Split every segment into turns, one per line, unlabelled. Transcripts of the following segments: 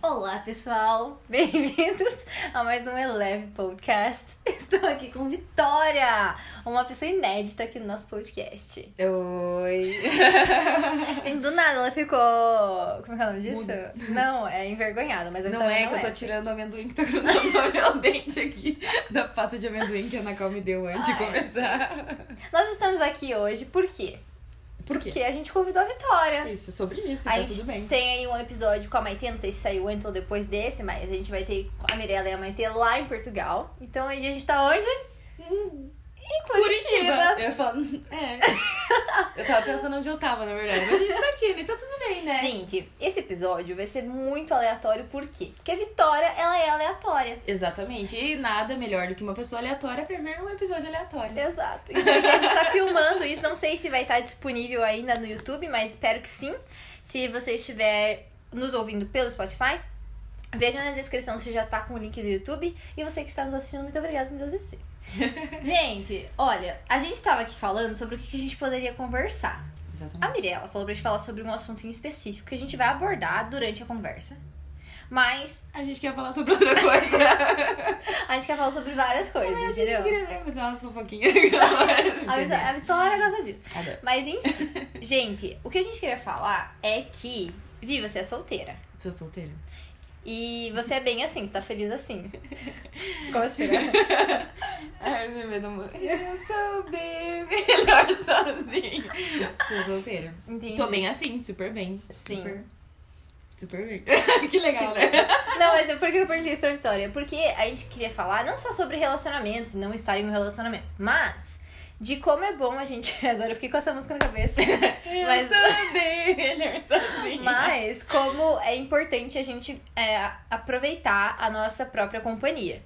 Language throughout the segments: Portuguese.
Olá pessoal, bem-vindos a mais um Eleve Podcast. Estou aqui com Vitória, uma pessoa inédita aqui no nosso podcast.
Oi.
Gente, do nada ela ficou. Como é que é o nome disso?
Muda.
Não, é envergonhada, mas a
Não
Vitória
é que eu tô tirando o amendoim que tá grudando no meu dente aqui. Da pasta de amendoim que a Ana Cal me deu antes de
Ai.
começar.
Nós estamos aqui hoje por quê?
Por quê?
Porque a gente convidou a Vitória.
Isso, sobre isso,
a
tá
gente
tudo bem.
tem aí um episódio com a Maitê, não sei se saiu antes ou depois desse, mas a gente vai ter a Mirella e a Maitê lá em Portugal. Então aí a gente tá onde? Em Curitiba.
Eu falo, é. Eu tava pensando onde eu tava, na verdade. Mas a gente tá aqui, né? Tá tudo bem, né?
Gente, esse episódio vai ser muito aleatório, por quê? Porque a Vitória, ela é aleatória.
Exatamente. E nada melhor do que uma pessoa aleatória pra ver um episódio aleatório.
Exato. Então, e a gente tá filmando isso, não sei se vai estar disponível ainda no YouTube, mas espero que sim. Se você estiver nos ouvindo pelo Spotify, veja na descrição se já tá com o link do YouTube. E você que está nos assistindo, muito obrigada por nos assistir. gente, olha, a gente tava aqui falando sobre o que a gente poderia conversar. A
Exatamente.
Mirella falou pra gente falar sobre um assunto em específico que a gente vai abordar durante a conversa. Mas
A gente quer falar sobre outra coisa.
a gente quer falar sobre várias coisas,
a gente
entendeu?
queria né, fazer umas fofoquinhas.
A Vito-
Entendeu?
a Vitória gosta disso.
Adoro.
Mas enfim, gente, o que a gente queria falar é que, Vi, você é solteira.
Sou solteira.
E você é bem assim, você tá feliz assim. Como assim?
né? Ai, meu medo muito. Eu sou bem melhor sozinha. Sou é solteira.
Entendi.
Tô bem assim, super bem.
Sim.
Super, super bem. que legal, né?
Não, mas é por que eu perguntei isso pra Vitória? Porque a gente queria falar não só sobre relacionamentos e não estar em um relacionamento, mas de como é bom a gente. Agora eu fiquei com essa música na cabeça. Mas-
Eu sou bem melhor sozinha.
Mas como é importante a gente é, aproveitar a nossa própria companhia.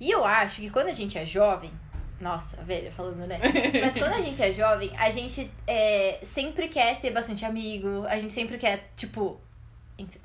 E eu acho que quando a gente é jovem, nossa, velha falando, né? Mas quando a gente é jovem, a gente é, sempre quer ter bastante amigo, a gente sempre quer, tipo.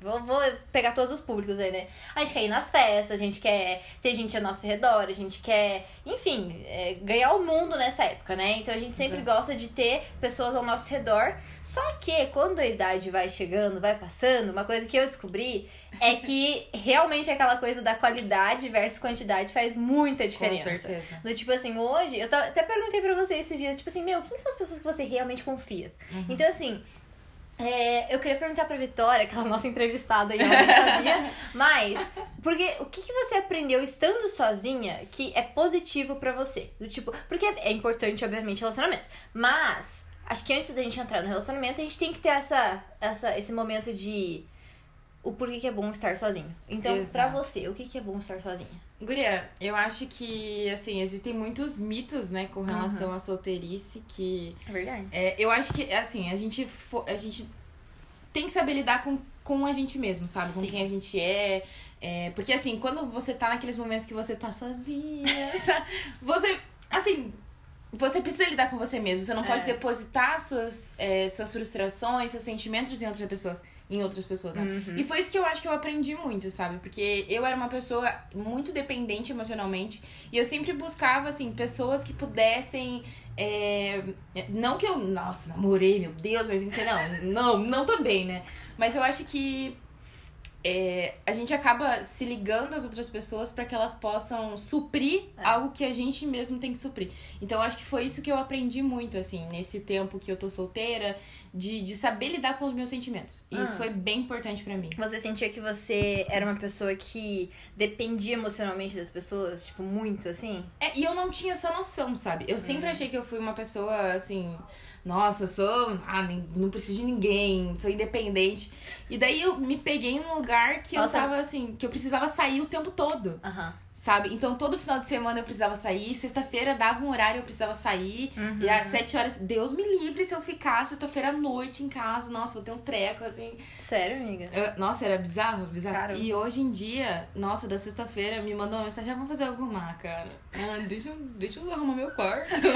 Vou, vou pegar todos os públicos aí, né? A gente quer ir nas festas, a gente quer ter gente ao nosso redor, a gente quer, enfim, é, ganhar o mundo nessa época, né? Então a gente sempre
Exato.
gosta de ter pessoas ao nosso redor. Só que quando a idade vai chegando, vai passando, uma coisa que eu descobri é que realmente aquela coisa da qualidade versus quantidade faz muita
Com
diferença.
certeza.
Do tipo assim, hoje, eu ta- até perguntei pra você esses dias, tipo assim, meu, quem são as pessoas que você realmente confia?
Uhum.
Então, assim, é, eu queria perguntar pra Vitória, aquela nossa entrevistada aí, ela não sabia, mas, porque o que, que você aprendeu estando sozinha que é positivo pra você? Do tipo, porque é, é importante, obviamente, relacionamentos, mas acho que antes da gente entrar no relacionamento, a gente tem que ter essa, essa, esse momento de. O porquê que é bom estar sozinho. Então, pra
Exato.
você, o que, que é bom estar sozinha?
Guria, eu acho que, assim, existem muitos mitos, né, com relação à solteirice que
É verdade.
É, eu acho que, assim, a gente, fo- a gente tem que saber lidar com, com a gente mesmo, sabe? Com
Sim.
quem a gente é. É, Porque, assim, quando você tá naqueles momentos que você tá sozinha, tá? você, assim, você precisa lidar com você mesmo. Você não pode
É.
depositar suas, é, suas frustrações, seus sentimentos em outras pessoas. Em outras pessoas, né? E foi isso que eu acho que eu aprendi muito, sabe? Porque eu era uma pessoa muito dependente emocionalmente e eu sempre buscava, assim, pessoas que pudessem. é, Não que eu, nossa, namorei, meu Deus, minha vida inteira. Não, não, não também, né? Mas eu acho que é, a gente acaba se ligando às outras pessoas para que elas possam suprir
É.
algo que a gente mesmo tem que suprir. Então eu acho que foi isso que eu aprendi muito, assim, nesse tempo que eu tô solteira, de, de saber lidar com os meus sentimentos. E isso
Ah.
foi bem importante para mim.
Você sentia que você era uma pessoa que dependia emocionalmente das pessoas, tipo, muito assim?
É, e eu não tinha essa noção, sabe? Eu sempre achei que eu fui uma pessoa assim. Nossa, sou. Ah, nem- não preciso de ninguém, sou independente. E daí eu me peguei num lugar que
Nossa.
eu tava assim, que eu precisava sair o tempo todo,
Aham.
sabe? Então todo final de semana eu precisava sair, sexta-feira dava um horário eu precisava sair.
Uhum.
E às sete horas, Deus me livre se eu ficar sexta-feira à noite em casa. Nossa, vou ter um treco, assim.
Sério, amiga?
Eu- nossa, era bizarro, bizarro.
Caramba.
E hoje em dia, nossa, da sexta-feira me mandou uma mensagem, ah, vamos fazer alguma, cara. Ah, deixa, eu- deixa eu arrumar meu quarto.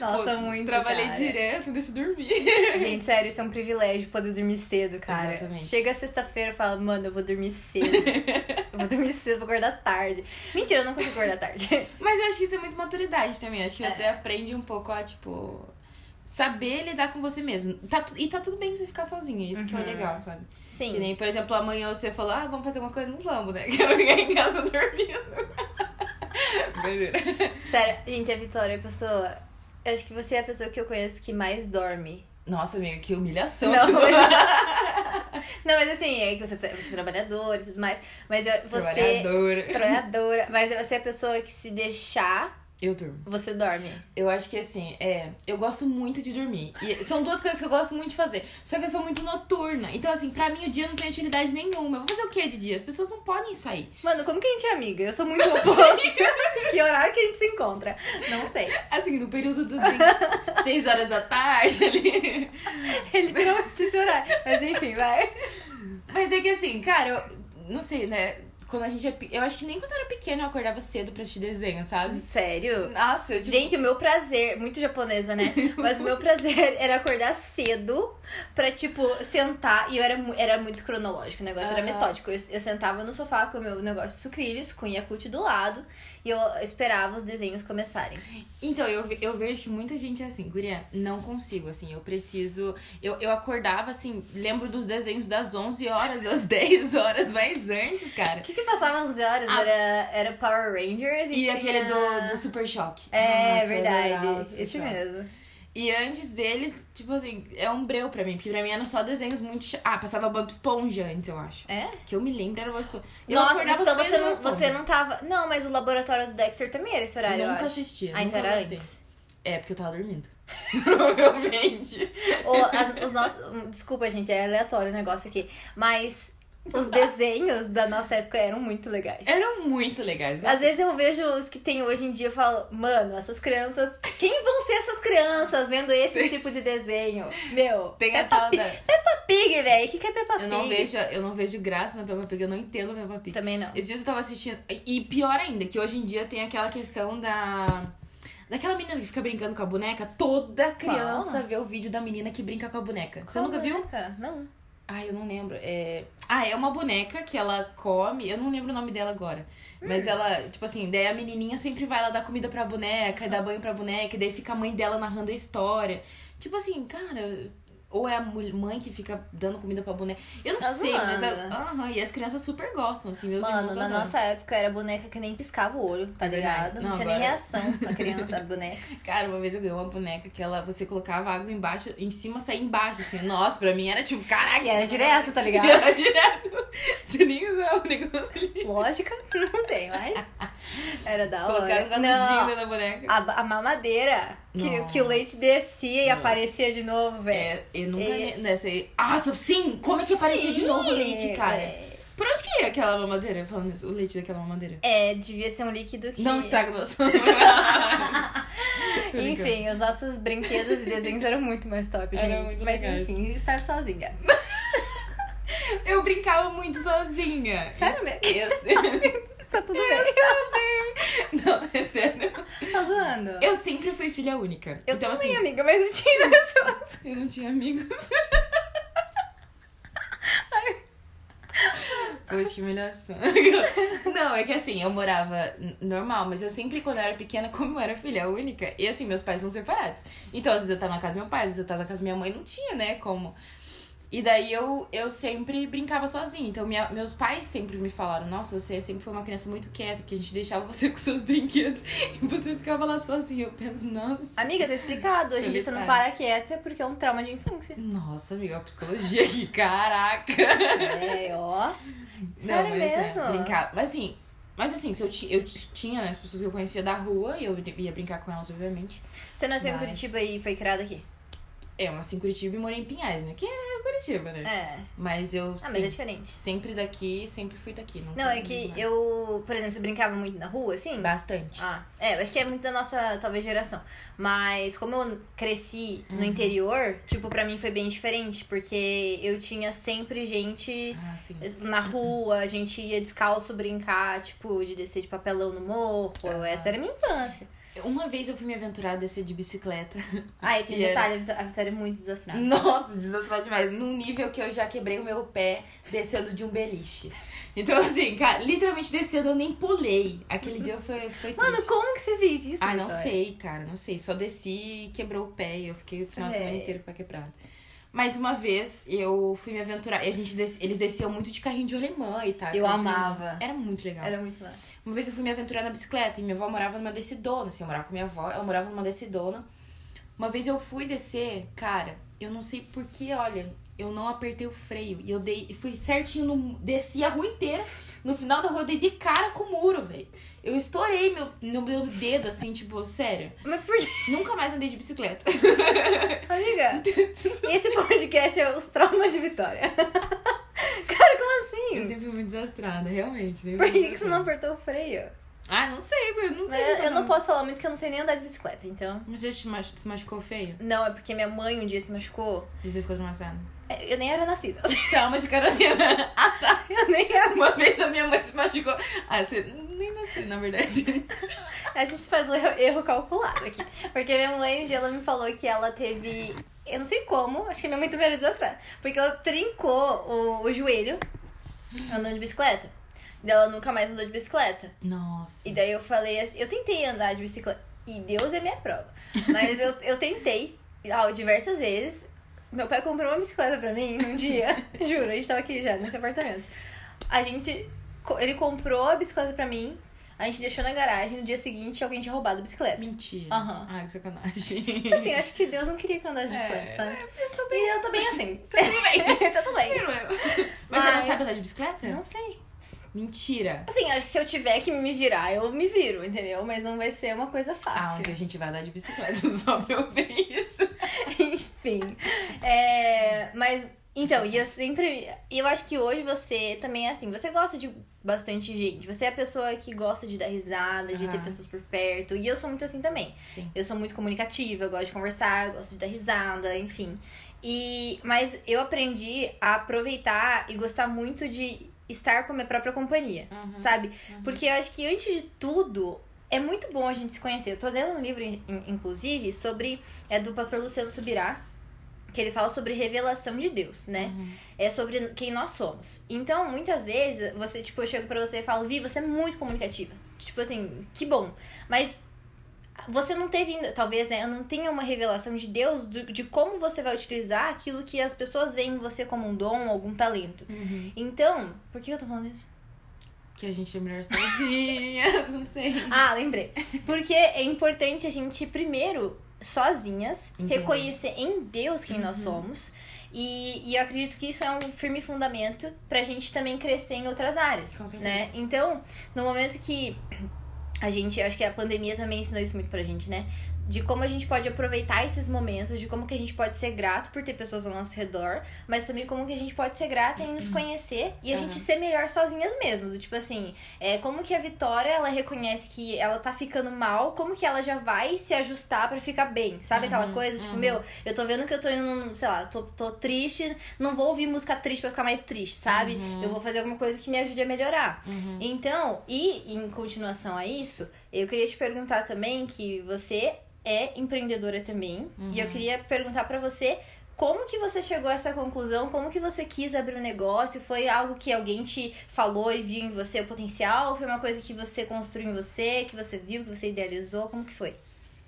Nossa,
Pô,
muito.
Trabalhei
cara.
direto, deixa eu dormir.
Gente, sério, isso é um privilégio poder dormir cedo, cara.
Exatamente.
Chega sexta-feira e fala, mano, eu vou dormir cedo. eu vou dormir cedo, vou acordar tarde. Mentira, eu não consigo acordar tarde.
Mas eu acho que isso é muito maturidade também. Acho que
É.
você aprende um pouco a, tipo, saber lidar com você mesmo. Tá, tu- e tá tudo bem você ficar sozinha, isso que é o
Uhum.
legal, sabe? Que
Sim.
nem, por exemplo, amanhã você falou, ah, vamos fazer alguma coisa, não vamos, né? Quero ficar em casa dormindo. Brincadeira.
Sério, gente, a Vitória é a pessoa. Eu acho que você é a pessoa que eu conheço que mais dorme.
Nossa, amiga, que humilhação.
Não,
que do-
Não, mas assim, é que você, tra- você é trabalhadora e tudo mais. Mas eu- você.
Trabalhadora.
Trabalhadora. Mas você é a pessoa que se deixar,
Eu durmo.
você dorme.
Eu acho que assim, é. Eu gosto muito de dormir. E são duas coisas que eu gosto muito de fazer. Só que eu sou muito noturna. Então, assim, pra mim o dia não tem utilidade nenhuma. Eu vou fazer o que de dia? As pessoas não podem sair.
Mano, como que a gente é amiga? Eu sou muito oposto. que horário que a gente se encontra? Não sei.
Assim, no período do dia, seis horas da tarde ali.
Ele deu esse horário. Mas enfim, vai.
Mas é que assim, cara, eu não sei, né? Quando a gente é. pe- Eu acho que nem quando eu era pequena eu acordava cedo pra assistir desenho, sabe?
Sério?
Nossa, eu tipo.
Gente, o meu prazer, muito japonesa, né? Mas o meu prazer era acordar cedo pra, tipo, sentar. E eu era, mu- era muito cronológico, o negócio era
Aham.
metódico. Eu, eu sentava no sofá com o meu negócio de sucrilhos, com o Yakult do lado, e eu esperava os desenhos começarem.
Então, eu, ve- eu vejo que muita gente é assim, guria, não consigo, assim, eu preciso... Eu, eu acordava, assim, lembro dos desenhos das 11 horas, das 10 horas, mas antes, cara.
O que que passava às 11 horas?
Ah.
Era, era Power Rangers e,
E
tinha-
aquele do, do Super Choque.
É,
Nossa, eu adorava o
verdade.
Super
Esse
Choque.
mesmo.
E antes deles, tipo assim, é um breu pra mim, porque pra mim eram só desenhos muito... cha- Ah, passava Bob Esponja antes, eu acho.
É?
Que eu me lembro era Bob Esponja. Eu
Nossa,
acordava
então
vendo
você
Bob
não,
Esponja.
você não tava. Não, mas o laboratório do Dexter também era esse horário,
Nunca
eu acho.
assistia,
Ah, então
nunca
era
gostei.
antes.
É, porque eu tava dormindo. Provavelmente.
Ou as- os nossos. Desculpa, gente, é aleatório o negócio aqui. Mas os desenhos da nossa época eram muito legais.
Eram muito legais.
Às vezes eu vejo os que tem hoje em dia e falo, mano, essas crianças. Quem vão ser essas crianças vendo esse tipo de desenho? Meu,
Tem a
Peppa
tal da...
Pig, velho. O que, que é Peppa Pig?
Eu não vejo, eu não vejo graça na Peppa Pig, eu não entendo a Peppa Pig.
Também não.
Esses dias eu tava assistindo. E pior ainda, que hoje em dia tem aquela questão da. Daquela menina que fica brincando com a boneca, toda criança
Qual?
vê o vídeo da menina que brinca com a boneca. Você
Qual
nunca viu?
boneca? Não.
Ai, eu não lembro. É... Ah, é uma boneca que ela come, eu não lembro o nome dela agora.
Hum.
Mas ela, tipo assim, daí a menininha sempre vai lá dar comida pra boneca, e dar banho pra boneca, e daí fica a mãe dela narrando a história. Tipo assim, cara, ou é a mul- mãe que fica dando comida pra boneca. Eu não
Tá
sei, mas. eu-
zoando.
Aham, e as crianças super gostam, assim, meus
Mano,
irmãos.
na
adoram.
nossa época era boneca que nem piscava o olho, tá
É verdade.
ligado? Não,
Não,
tinha nem
agora-
reação pra criança, a boneca.
Cara, uma vez eu ganhei uma boneca que ela, você colocava água embaixo, em cima saía embaixo, assim. Nossa, pra mim era tipo, caralho.
E era direto, tá ligado?
E era direto. Você nem usava o negócio ali.
Lógica, não tem, mas. Era da hora.
Colocaram um
Não, Ah,
gatudinho na boneca.
a, ba- a mamadeira, que,
Nossa.
que o leite descia e
Nossa.
aparecia de novo, velho.
É, eu nunca.
É.
É. Nessa aí. Ah, só- sim! Como é que aparecia de novo o leite,
Sim,
cara?
velho.
Por onde que ia aquela mamadeira? Falando isso, o leite daquela mamadeira.
É, devia ser um líquido que.
Não estraga meu sono.
Enfim, os nossos brinquedos e desenhos eram muito mais top, gente.
Eram muito
Mas
legais.
enfim, estar sozinha.
Eu brincava muito sozinha.
Sério mesmo?
Eu,
Tá tudo bem.
não, é sério.
Tá zoando? Eu,
Eu sempre fui filha única. então,
também,
assim,
amiga, mas não tinha noção.
eu não tinha amigos. Poxa, que assim. humilhação. Não, é que assim, eu morava n- normal, mas eu sempre, quando eu era pequena, como eu era filha única, e assim, meus pais são separados. Então, às vezes eu tava na casa do meu pai, às vezes eu tava na casa da minha mãe, não tinha, né, como. E daí eu, eu sempre brincava sozinha. Então, minha- meus pais sempre me falaram: Nossa, você sempre foi uma criança muito quieta, porque a gente deixava você com seus brinquedos e você ficava lá sozinha. Eu penso, nossa.
Amiga, tá explicado. Hoje em dia você não
Solitária.
para quieta porque é um trauma de infância.
Nossa, amiga, a psicologia aqui, caraca.
É, ó. Sério
mas, é,
mesmo?
brincar. Mas assim, mas assim, se eu, ti- eu ti- tinha né, as pessoas que eu conhecia da rua e eu ia brincar com elas, obviamente.
Você nasceu em
Mas-
Curitiba e foi criada aqui?
É, eu nasci em Curitiba e morei em Pinhais, né? Que é Curitiba, né?
É.
Mas eu
Ah, mas é
sempre,
diferente.
sempre daqui, sempre fui daqui. Não,
Não, é que eu, por exemplo, você brincava muito na rua, assim?
Bastante.
Ah, é, eu acho que é muito da nossa, talvez, geração. Mas como eu cresci no interior, tipo, pra mim foi bem diferente, porque eu tinha sempre gente
Ah, sim.
na rua, a gente ia descalço brincar, tipo, de descer de papelão no morro.
Aham.
Essa era a minha infância.
Uma vez eu fui me aventurar a descer de bicicleta.
Ah, e tem
E era-
detalhe, a vitória é muito desastrada.
Nossa, desastrado demais. Num nível que eu já quebrei o meu pé descendo de um beliche. Então, assim, cara, literalmente descendo, eu nem pulei. Aquele dia foi, foi
Mano,
triste.
como que você fez isso?
Ah, não
Vitória?
sei, cara, não sei. Só desci e quebrou o pé e eu fiquei o final de semana
É.
inteiro com o pé quebrado. Mas uma vez eu fui me aventurar. E a gente des- Eles desciam muito de carrinho de alemã e tal.
Eu
carrinho de alemã.
amava.
Era muito legal.
Era muito massa.
Uma vez eu fui me aventurar na bicicleta e minha avó morava numa descidona, assim, eu morava com minha avó, ela morava numa descidona. Uma vez eu fui descer, cara, eu não sei porquê, olha, eu não apertei o freio e eu dei, e fui certinho, no, desci a rua inteira, no final da rua eu dei de cara com o muro, velho. Eu estourei meu, meu, meu dedo, assim, tipo, sério,
Mas por que,
nunca mais andei de bicicleta.
amiga? Esse podcast é os traumas de Vitória. Cara, como
Eu
assim?
sempre fui muito desastrada, realmente. sempre
Por
fui
que, que você
desastrada.
não apertou o freio?
Ah, não sei, eu não sei.
Mas eu,
então,
não posso falar muito que eu não sei nem andar de bicicleta, então.
Mas você te machu- se machucou feio?
Não, é porque minha mãe um dia se machucou.
E você ficou traumatizada?
É, Eu nem era nascida.
Calma de Carolina. Ah, tá.
Eu nem era.
Uma vez a minha mãe se machucou. Ah, você nem nasceu, na verdade.
A gente faz o erro, erro calculado aqui. Porque minha mãe um dia ela me falou que ela teve. Eu não sei como, acho que a minha mãe também era desastrada. Porque ela trincou o, o joelho andando de bicicleta. E ela nunca mais andou de bicicleta.
Nossa.
E daí eu falei assim, eu tentei andar de bicicleta. E Deus é minha prova. Mas eu, eu tentei ah, diversas vezes. Meu pai comprou uma bicicleta pra mim num dia. Juro, a gente tava aqui já nesse apartamento. A gente. co- Ele comprou a bicicleta pra mim. A gente deixou na garagem. No dia seguinte, alguém tinha roubado a bicicleta.
Mentira.
Aham.
Ai, que sacanagem.
Assim, eu acho que Deus não queria que eu andasse de bicicleta,
É,
sabe? Eu tô bem, eu tô bem assim. Tudo bem. É. tá tudo bem.
Mas você não
Mas-
sabe andar de bicicleta?
Não sei.
Mentira.
Assim, acho que se eu tiver que me virar, eu me viro, entendeu? Mas não vai ser uma coisa
Ah,
fácil.
onde a gente vai andar de bicicleta só pra eu ver isso.
Enfim. É, mas, então, e eu sempre. e Eu acho que hoje você também é assim. Você gosta de bastante gente. Você é a pessoa que gosta de dar risada, de ter
Aham.
pessoas por perto. E eu sou muito assim também.
Sim.
Eu sou muito comunicativa, eu gosto de conversar, eu gosto de dar risada, enfim. E, mas eu aprendi a aproveitar e gostar muito de estar com a minha própria companhia.
Uhum.
Sabe? Porque eu acho que antes de tudo, é muito bom a gente se conhecer. Eu tô lendo um livro, in- inclusive, sobre. É do pastor Luciano Subirá, que ele fala sobre revelação de Deus, né? É sobre quem nós somos. Então, muitas vezes, você, tipo, eu chego pra você e falo, Vi, você é muito comunicativa. Tipo assim, que bom. Mas você não teve ainda, talvez, né? Eu não tenha uma revelação de Deus do- de como você vai utilizar aquilo que as pessoas veem em você como um dom, algum talento. Então, por que eu tô falando isso?
Uhum. Que a gente é melhor sozinha, não sei.
Ah, lembrei. Porque é importante a gente primeiro, sozinhas,
Entender. Uhum.
reconhecer em Deus quem nós somos. E, e eu acredito que isso é um firme fundamento pra gente também crescer em outras áreas.
Com certeza.
né? Então, no momento que a gente, eu acho que a pandemia também ensinou isso muito pra gente, né? De como a gente pode aproveitar esses momentos, de como que a gente pode ser grato por ter pessoas ao nosso redor, mas também como que a gente pode ser grata em nos conhecer e a
Uhum. Aham.
gente ser melhor sozinhas mesmo. Do tipo assim, é, como que a Vitória, ela reconhece que ela tá ficando mal, como que ela já vai se ajustar pra ficar bem? Sabe aquela
Uhum,
coisa? Tipo,
uhum.
meu, eu tô vendo que eu tô indo, num, sei lá, tô, tô triste, não vou ouvir música triste pra ficar mais triste, sabe?
Uhum.
Eu vou fazer alguma coisa que me ajude a melhorar. Então, e em continuação a isso, eu queria te perguntar também que você é empreendedora também,
Uhum.
e eu queria perguntar pra você como que você chegou a essa conclusão? Como que você quis abrir um negócio? Foi algo que alguém te falou e viu em você o potencial? Ou foi uma coisa que você construiu em você, que você viu, que você idealizou? Como que foi?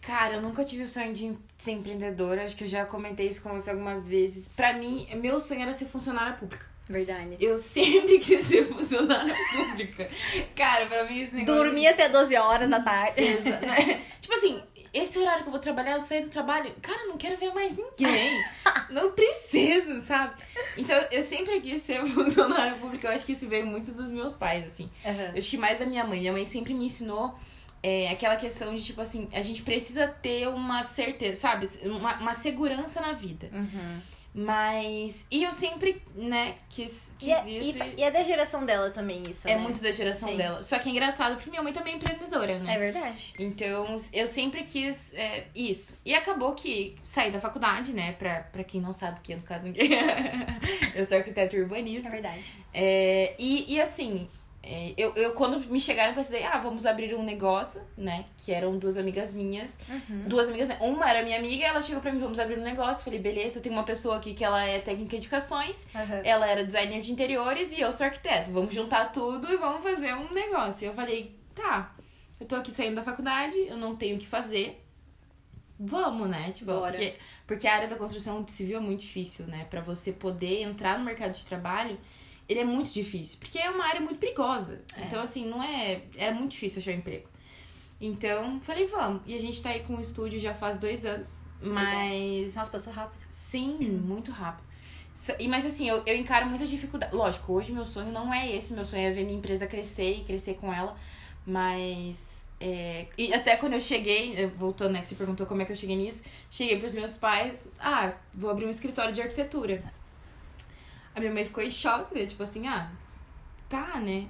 Cara, eu nunca tive o sonho de em- ser empreendedora. Acho que eu já comentei isso com você algumas vezes. Pra mim, meu sonho era ser funcionária pública.
Verdade.
Eu sempre quis ser funcionária pública. Cara, pra mim é esse negócio.
Dormi até 12 horas da tarde.
Exa- né? tipo assim, esse horário que eu vou trabalhar, eu saio do trabalho. Cara, eu não quero ver mais ninguém. Não preciso, sabe? Então, eu sempre quis ser funcionária pública. Eu acho que isso veio muito dos meus pais, assim.
Aham.
Eu acho que mais da minha mãe. Minha mãe sempre me ensinou é, aquela questão de, tipo assim, a gente precisa ter uma certeza, sabe? Uma, uma segurança na vida.
Uhum.
Mas. E eu sempre, né, quis,
E,
quis
é,
isso.
e,
e
e é da geração dela também isso,
é
né?
muito da geração
Sim.
dela. Só que é engraçado porque minha mãe também é empreendedora, né?
É verdade.
Então, eu sempre quis é, isso. E acabou que saí da faculdade, né? Pra, pra quem não sabe, que no caso ninguém. eu sou arquiteta
É
urbanista.
verdade.
É, e, e assim, é, É, eu, eu, quando me chegaram com essa ideia, ah, vamos abrir um negócio, né? Que eram duas amigas minhas.
Uhum.
Duas amigas, né? uma era minha amiga, ela chegou pra mim, vamos abrir um negócio. Falei, beleza, eu tenho uma pessoa aqui que ela é técnica de educações,
Aham.
ela era designer de interiores e eu sou arquiteto. Vamos juntar tudo e vamos fazer um negócio. E eu falei, tá, eu tô aqui saindo da faculdade, eu não tenho o que fazer. Vamos, né? Tipo,
Bora.
porque, porque a área da construção civil é muito difícil, né? Pra você poder entrar no mercado de trabalho, ele é muito difícil. Porque é uma área muito perigosa.
É.
Então, assim, não é. Era muito difícil achar um emprego. Então, falei, vamos. E a gente tá aí com o estúdio já faz dois anos. Mas.
Nossa, passou rápido.
Sim, muito rápido. So- E, mas assim, eu, eu encaro muitas dificuldades. Lógico, hoje meu sonho não é esse. Meu sonho é ver minha empresa crescer e crescer com ela. Mas. é, e até quando eu cheguei, eh, voltando, né, que você perguntou como é que eu cheguei nisso, cheguei pros meus pais, ah, vou abrir um escritório de arquitetura. A minha mãe ficou em choque, né? Tipo assim, ah, tá, né?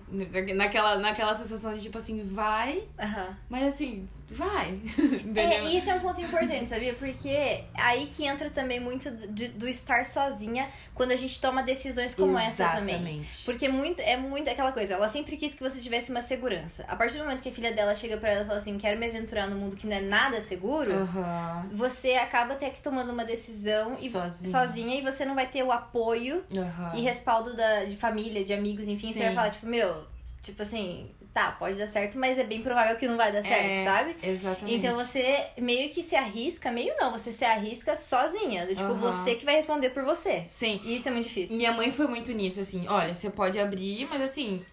Naquela, naquela sensação de tipo assim, vai,
Aham.
mas assim, vai.
É,
Entendeu?
e isso é um ponto importante, sabia? Porque aí que entra também muito de- do estar sozinha quando a gente toma decisões como essa também.
Exatamente.
Porque muito, é muito aquela coisa, ela sempre quis que você tivesse uma segurança. A partir do momento que a filha dela chega pra ela e fala assim, quero me aventurar no mundo que não é nada seguro,
Aham.
você acaba até que tomando uma decisão e,
Sozinha.
sozinha e você não vai ter o apoio
Aham.
e respaldo da, de família, de amigos, enfim. Você vai
Sim.
falar, tipo, meu, tipo assim, tá, pode dar certo, mas é bem provável que não vai dar certo,
É,
sabe?
Exatamente.
Então você meio que se arrisca, meio não, você se arrisca sozinha. do Tipo,
Aham.
você que vai responder por você.
Sim.
E isso é muito difícil.
Minha mãe foi muito nisso, assim, olha, você pode abrir, mas assim,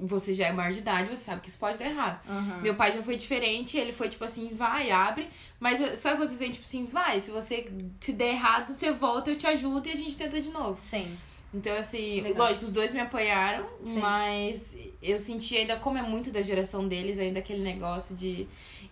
você já é maior de idade, você sabe que isso pode dar errado.
Aham.
Meu pai já foi diferente, ele foi tipo assim, vai, abre. Mas eu- sabe quando você sente, tipo assim, vai, se você se der errado, você volta, eu te ajudo e a gente tenta de novo.
Sim.
Então, assim,
Legal.
lógico, os dois me apoiaram,
Sim.
mas eu senti ainda, como é muito da geração deles, ainda aquele negócio de.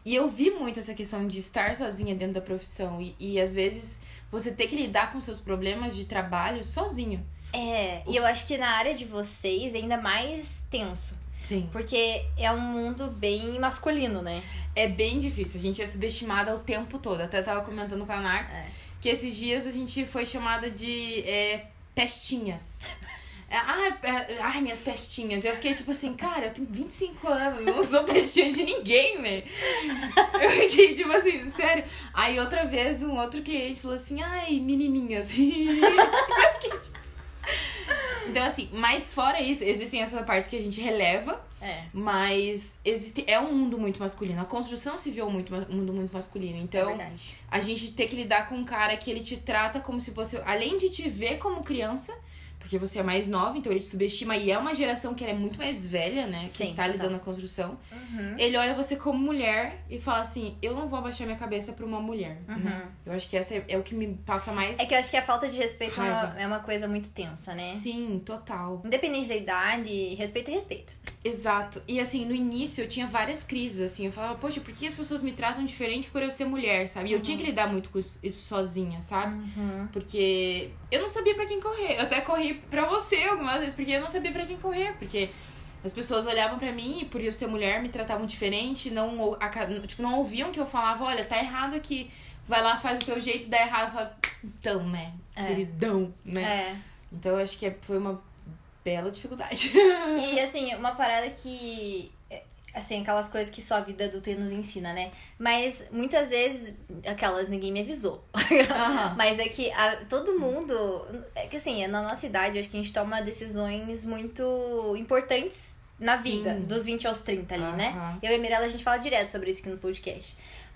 E eu vi muito essa questão de estar sozinha dentro da profissão. E, e às vezes você ter que lidar com seus problemas de trabalho sozinho.
É, e eu acho que na área de vocês é ainda mais tenso.
Sim.
Porque é um mundo bem masculino, né?
É bem difícil, a gente é subestimada o tempo todo. Até tava comentando com a Nax
É.
que esses dias a gente foi chamada de é, pestinhas. É, Ai, é, ai, minhas pestinhas. Eu fiquei tipo assim, cara, eu tenho 25 anos, não sou pestinha de ninguém, né? Eu fiquei tipo assim, sério. Aí outra vez um outro cliente falou assim, ai, menininhas. tipo- então assim, mas fora isso, existem essas partes que a gente releva.
É.
Mas existe, é um mundo muito masculino. A construção civil é um muito ma- um mundo muito masculino.
é
Então,
verdade.
a gente tem que lidar com um cara que ele te trata como se você. Além de te ver como criança, porque você é mais nova, então ele te subestima. E é uma geração que ela é muito mais velha, né? Que
Sim,
tá
total.
lidando com a construção.
Uhum.
Ele olha você como mulher e fala assim: Eu não vou abaixar minha cabeça pra uma mulher. Né?
Uhum.
Eu acho que essa é, é o que me passa mais.
É que eu acho que a falta de respeito é uma,
Raiva.
é uma coisa muito tensa, né?
Sim, total.
Independente da idade, respeito é respeito.
Exato. E assim, no início eu tinha várias crises, assim. Eu falava, poxa, por que as pessoas me tratam diferente por eu ser mulher, sabe? E eu tinha que lidar muito com isso, isso sozinha, sabe?
Uhum.
Porque eu não sabia pra quem correr. Eu até corri pra você algumas vezes, porque eu não sabia pra quem correr. Porque as pessoas olhavam pra mim e por eu ser mulher me tratavam diferente, não, ou- aca- tipo, não ouviam que eu falava, olha, tá errado aqui. Vai lá, faz o teu jeito, dá errado. Eu falava, então, né?
É.
Queridão, né?
É.
Então eu acho que é- foi uma bela dificuldade.
E assim, uma parada que. é, Assim, aquelas coisas que só a vida adulta nos ensina, né? Mas muitas vezes, aquelas ninguém me avisou.
Aham.
Mas é que a- todo mundo. É que assim, na nossa idade, eu acho que a gente toma decisões muito importantes na
Sim.
vida, dos 20 aos 30 ali, né?
Aham.
Eu e a Mirella, a gente fala direto sobre isso aqui no podcast.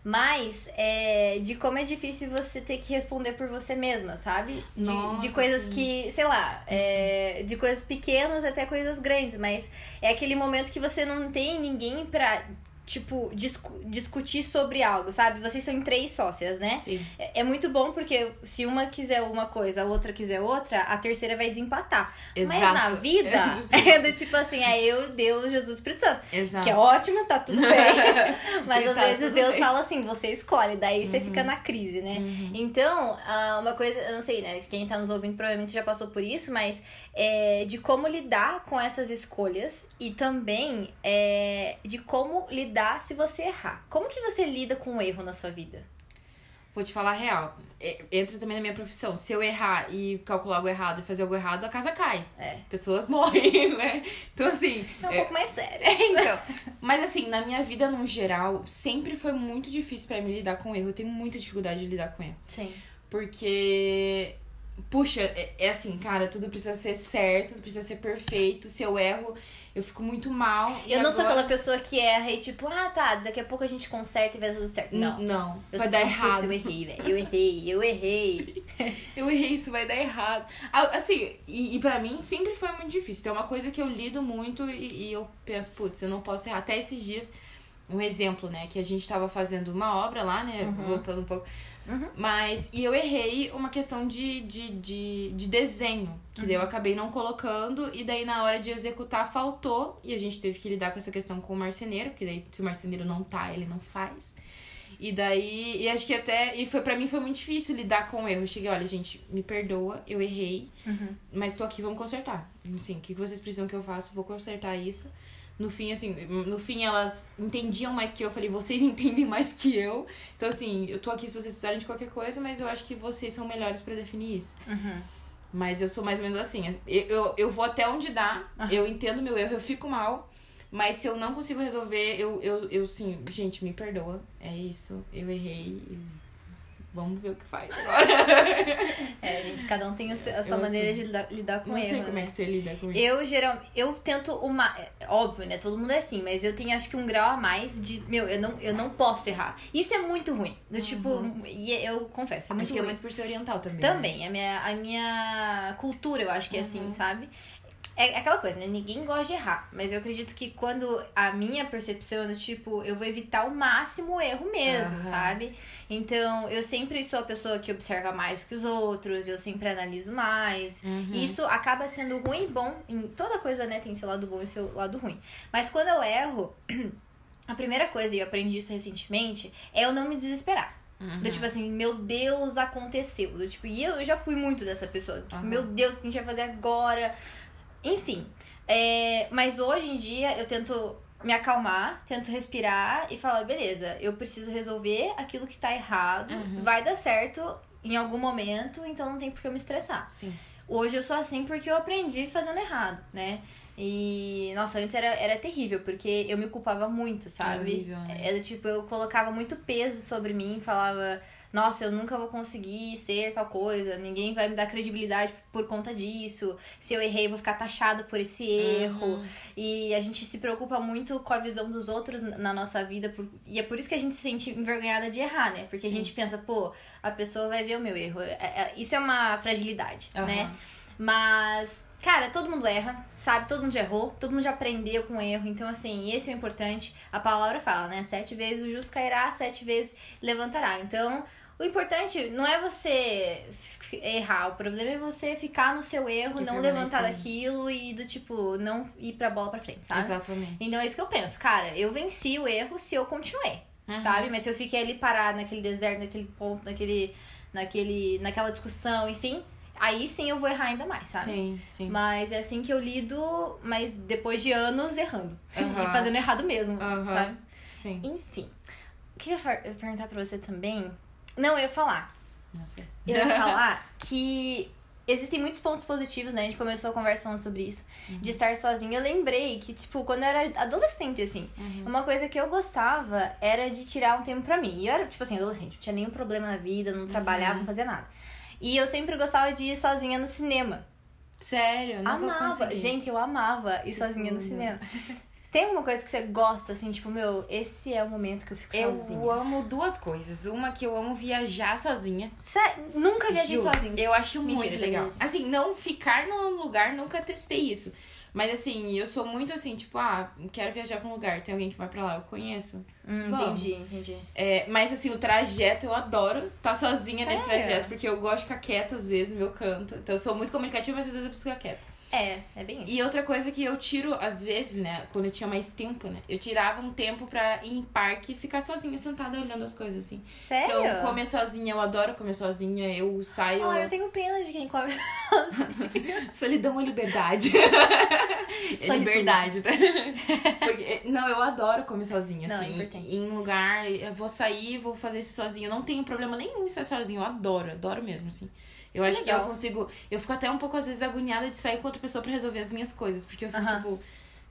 Mas é, de como é difícil você ter que responder por você mesma, sabe? De,
Nossa,
de coisas
sim.
que, sei lá, é, de coisas pequenas até coisas grandes, mas é aquele momento que você não tem ninguém pra, tipo, discu- discutir sobre algo, sabe? Vocês são em três sócias, né?
Sim.
É, é muito bom porque se uma quiser uma coisa, a outra quiser outra, a terceira vai desempatar. Mas na vida, é do tipo assim, é eu, Deus, Jesus, Espírito Santo.
Exato.
Que é ótimo, tá tudo bem. Mas
E
às
tá
vezes
tudo
Deus
bem. Uhum.
fala assim, você escolhe, daí você fica na crise, né? Então, ah, uma coisa, eu não sei, né? Quem tá nos ouvindo provavelmente já passou por isso, mas é, de como lidar com essas escolhas e também é, de como lidar se você errar. Como que você lida com o erro na sua vida?
vou te falar a real. E- Entra também na minha profissão. Se eu errar e calcular algo errado e fazer algo errado, a casa cai.
É.
Pessoas morrem, né? Então, assim.
É um
é-
pouco mais sério.
então, mas assim, na minha vida no geral, sempre foi muito difícil pra mim lidar com erro. Eu tenho muita dificuldade de lidar com erro.
Sim.
Porque, puxa, é, é assim, cara, tudo precisa ser certo, tudo precisa ser perfeito. Se eu erro, eu fico muito mal. E
Eu não sou
agora-
aquela pessoa que erra e tipo, ah tá, daqui a pouco a gente conserta e vai dar tudo certo. Não.
N- Não,
Eu
Hum, vai
sou
dar
tipo, "Putz,
errado.
Eu errei, velho. Eu errei, eu errei.
Eu errei, isso vai dar errado. Ah, Assim, e, e para mim sempre foi muito difícil. Então é uma coisa que eu lido muito e, e eu penso, putz, eu não posso errar. Até esses dias, um exemplo, né? Que a gente tava fazendo uma obra lá, né?
Uhum.
Voltando um pouco.
Uhum.
Mas, e eu errei uma questão de, de, de, de desenho, que daí eu
Uhum.
acabei não colocando, e daí na hora de executar faltou, e a gente teve que lidar com essa questão com o marceneiro, porque daí se o marceneiro não tá, ele não faz. E daí, e acho que até, e foi para mim foi muito difícil lidar com o erro. Eu cheguei, olha, gente, me perdoa, eu errei,
Uhum.
mas tô aqui, vamos consertar. Assim, o que que vocês precisam que eu faça? Vou consertar isso. No fim, assim, no fim elas entendiam mais que eu. Eu falei, vocês entendem mais que eu. Então, assim, eu tô aqui se vocês precisarem de qualquer coisa, mas eu acho que vocês são melhores pra definir isso.
Uhum.
Mas eu sou mais ou menos assim. Eu, eu, eu vou até onde dá,
Aham.
eu entendo meu erro, eu fico mal. Mas se eu não consigo resolver, eu, eu, eu sim, gente, me perdoa. É isso, eu errei. e Vamos ver o que faz agora.
É, gente, cada um tem o seu- a sua
Eu,
maneira
assim,
de lidar, lidar com
não
erro.
sei como
né?
é que você lida com isso.
Eu geralmente. Eu tento uma. é Óbvio, né? Todo mundo é assim, mas eu tenho acho que um grau a mais de. Meu, eu não, eu não posso errar. Isso é muito ruim. Do tipo. E eu confesso, é muito
Uhum. Acho que é
ruim.
muito por ser oriental também. né?
Também, a minha, a minha cultura, eu acho que é
Uhum.
assim, sabe? É aquela coisa, né? Ninguém gosta de errar. Mas eu acredito que quando a minha percepção é do tipo, eu vou evitar o máximo o erro mesmo,
Aham.
sabe? Então, eu sempre sou a pessoa que observa mais que os outros, eu sempre analiso mais.
Uhum.
E Isso acaba sendo ruim e bom. Em toda coisa, né, tem seu lado bom e seu lado ruim. Mas quando eu erro, a primeira coisa, e eu aprendi isso recentemente, é eu não me desesperar.
Uhum.
Do tipo assim, meu Deus, aconteceu. Do tipo, e eu já fui muito dessa pessoa. Tipo,
Aham.
meu Deus, o que a gente vai fazer agora? Enfim. é, mas hoje em dia eu tento me acalmar, tento respirar e falar, beleza, eu preciso resolver aquilo que tá errado,
Uhum.
vai dar certo em algum momento, então não tem por que eu me estressar.
Sim.
Hoje eu sou assim porque eu aprendi fazendo errado, né? E, nossa, antes era, era terrível, porque eu me culpava muito,
É
sabe?
horrível, né?
É do tipo, eu colocava muito peso sobre mim, falava, nossa, eu nunca vou conseguir ser tal coisa, ninguém vai me dar credibilidade por conta disso, se eu errei, eu vou ficar taxada por esse É erro.
Uhum.
E a gente se preocupa muito com a visão dos outros na na nossa vida, por- e é por isso que a gente se sente envergonhada de errar, né? Porque
Sim.
a gente pensa, pô, a pessoa vai ver o meu erro. É- é- Isso é uma fragilidade,
Aham.
né? Mas, cara, todo mundo erra, sabe? Todo mundo já errou, todo mundo já aprendeu com o erro. Então, assim, esse é o importante. A palavra fala, né? Sete vezes o justo cairá, sete vezes levantará. Então, o importante não é você f- errar, o problema é você ficar no seu erro,
E
não
permanecer.
levantar daquilo e do tipo, não ir pra bola pra frente, sabe?
Exatamente.
Então é isso que eu penso, cara, eu venci o erro se eu continuei,
Uhum.
sabe? Mas se eu fiquei ali parada naquele deserto, naquele ponto, naquele, naquele, naquela discussão, enfim, aí sim eu vou errar ainda mais, sabe?
Sim, sim.
Mas é assim que eu lido, mas depois de anos errando.
Aham.
E fazendo errado mesmo,
Aham.
sabe?
Sim.
Enfim. O que eu ia fa- eu ia perguntar pra você também? Não, eu ia falar.
Não sei.
Eu ia falar que existem muitos pontos positivos, né? A gente começou a conversa falando sobre isso.
Uhum.
De estar sozinha. Eu lembrei que, tipo, quando eu era adolescente, assim,
Uhum.
uma coisa que eu gostava era de tirar um tempo pra mim. E eu era, tipo assim, adolescente, não tinha nenhum problema na vida, não trabalhava,
Uhum.
não fazia nada. E eu sempre gostava de ir sozinha no cinema.
Sério, eu nunca
Amava.
consegui.
Gente, eu amava ir sozinha no
tudo.
cinema. Tem alguma coisa que você gosta, assim, tipo, meu, esse é o momento que eu fico
Eu
sozinha.
amo duas coisas. Uma que eu amo viajar sozinha.
Sé- Nunca viajei
Juro,
sozinha.
Eu acho
Mentira,
muito
já
legal.
viajei.
Assim, não ficar num lugar, nunca testei isso. Mas assim, eu sou muito assim, tipo, ah, quero viajar pra um lugar, tem alguém que vai pra lá, eu conheço.
Hum,
Vamos.
entendi, entendi.
É, mas assim, o trajeto eu adoro estar sozinha nesse
Sério?
trajeto, porque eu gosto de ficar quieta às vezes no meu canto. Então eu sou muito comunicativa, mas às vezes eu preciso ficar quieta.
É, é bem isso.
E outra coisa que eu tiro, às vezes, né, quando eu tinha mais tempo, né, eu tirava um tempo pra ir em parque e ficar sozinha, sentada olhando as coisas, assim.
Sério?
Então, comer sozinha, eu adoro comer sozinha, eu saio.
Ah, eu tenho pena de quem
Tá
come.
Solidão ou liberdade? é
Solitude.
liberdade, tá? Porque, é, não, eu adoro comer sozinha,
Não, é
assim.
importante.
em um lugar, eu vou sair, vou fazer isso sozinha. Eu não tenho problema nenhum em estar sozinha, eu adoro, adoro mesmo, assim. Eu
Que
acho que
legal.
eu consigo. Eu fico até um pouco, às vezes, agoniada de sair com outra pessoa pra resolver as minhas coisas. Porque eu fico,
Aham.
tipo,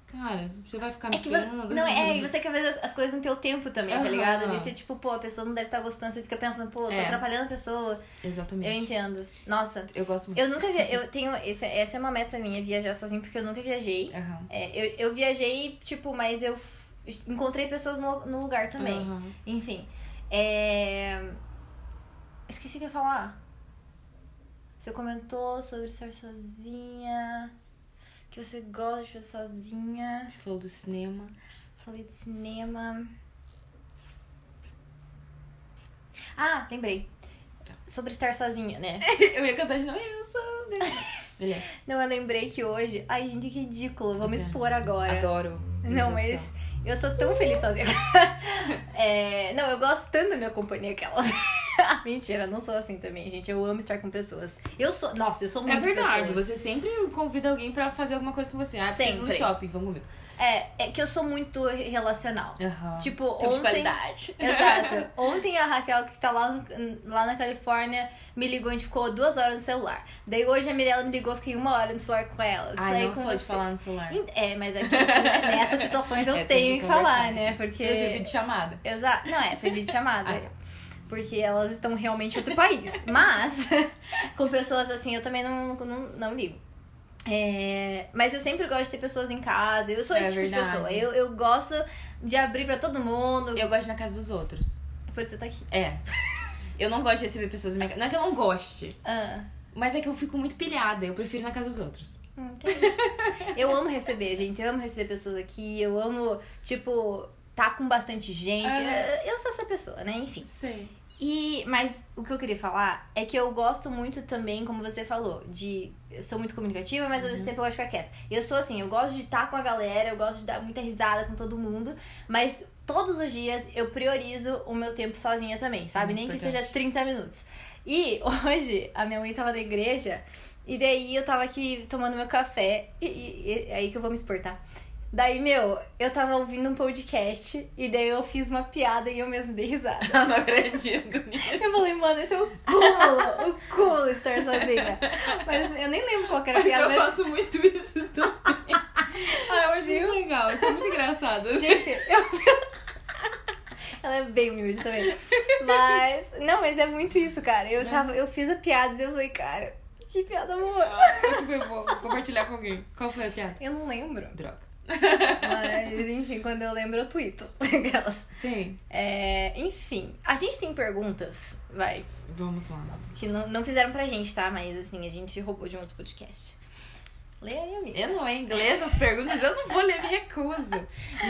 cara, você vai ficar me
É que você,
esperando.
não, é, e você quer ver as, as coisas no teu tempo também, tá
Aham.
ligado? E você, tipo, pô, a pessoa não deve estar gostando, você fica pensando, pô, tô
É.
atrapalhando a pessoa. Eu
Exatamente.
entendo. Nossa,
Eu gosto muito.
eu nunca vi, eu tenho, esse, essa é uma meta minha, viajar sozinha, porque eu nunca viajei.
Aham.
É, eu, eu viajei, tipo, mas eu f- encontrei pessoas no, no lugar também.
Aham.
Enfim, é... Esqueci o que eu ia falar. Você comentou sobre estar sozinha, que você gosta de fazer sozinha.
Você falou do cinema.
Falei de cinema. Ah, lembrei. Sobre estar sozinha, né?
eu ia cantar de novo, eu sou. Beleza.
Não, eu lembrei que hoje. Ai, gente, que ridículo. Vamos
É.
expor agora.
Adoro.
Não,
Meu Deus do
mas
céu.
eu sou tão feliz sozinha. É, não, eu gosto tanto da minha companhia que elas. Ah, Mentira, eu não sou assim também, gente. Eu amo estar com pessoas. Eu sou. Nossa, eu sou muito
É verdade,
pessoas.
você sempre convida alguém pra fazer alguma coisa com você. Ah, preciso ir no
Sempre.
shopping, vamos comigo.
É, é que eu sou muito relacional.
Aham. Tipo,
Tipo,
Temos
ontem.
qualidade.
Exato. Ontem a Raquel, que tá lá, no- lá na Califórnia, me ligou, a gente ficou duas horas no celular. Daí hoje a Mirella me ligou, eu fiquei uma hora no celular com ela.
Ai,
Saí
não
com
sou de
você.
falar no celular.
É, mas aqui, nessas situações eu
É, tem
tenho
que
que falar,
conversar,
né?
sim.
Porque.
Eu vivi de chamada.
Exato. Não, é, foi videochamada.
Ah, tá.
Porque elas estão realmente em outro país. Mas, com pessoas assim, eu também não, não, não ligo. É, mas eu sempre gosto de ter pessoas em casa. Eu sou
É
esse tipo
verdade.
de pessoa. Eu, eu gosto de abrir pra todo mundo.
Eu gosto na casa dos outros.
Por isso você tá aqui.
É. Eu não gosto de receber pessoas na minha casa. Não é que eu não goste,
Ah,
mas é que eu fico muito pilhada. Eu prefiro na casa dos outros.
hum, entendi. eu amo receber, gente. Eu amo receber pessoas aqui. Eu amo, tipo, tá com bastante gente.
Aham.
Eu sou essa pessoa, né? Enfim.
Sei.
E, mas o que eu queria falar é que eu gosto muito também, como você falou, de. Eu sou muito comunicativa, mas ao
Uhum.
mesmo tempo eu gosto de ficar quieta. Eu sou assim, eu gosto de estar com a galera, eu gosto de dar muita risada com todo mundo, mas todos os dias eu priorizo o meu tempo sozinha também, sabe?
É muito
Nem que
importante.
seja 30 minutos. E hoje a minha mãe tava na igreja e daí eu tava aqui tomando meu café, e, e- e- é aí que eu vou me exportar. Daí, meu, eu tava ouvindo um podcast e daí eu fiz uma piada e eu mesmo dei risada.
Eu não acredito nisso.
Eu falei, mano, esse é o cúmulo, o cúmulo estar sozinha. Mas eu nem lembro qual que era a
Mas
piada,
eu
mas,
faço muito isso também. Ah, eu acho muito legal. Isso é muito engraçado.
gente, eu... Ela é bem humilde também. Mas, não, mas é muito isso, cara. Eu, tava, eu fiz a piada e eu falei, cara, que piada boa.
Ah, isso foi bom. Vou compartilhar com alguém. Qual foi a piada?
Eu não lembro.
Droga.
Mas, enfim, quando eu lembro, eu tuito. Aquelas.
Sim.
É, enfim, a gente tem perguntas, vai,
Vamos lá.
que não, não fizeram pra gente, tá? Mas, assim, a gente roubou de um outro podcast. Lê aí, amiga.
Eu não é inglês as perguntas, eu não vou ler, me recuso.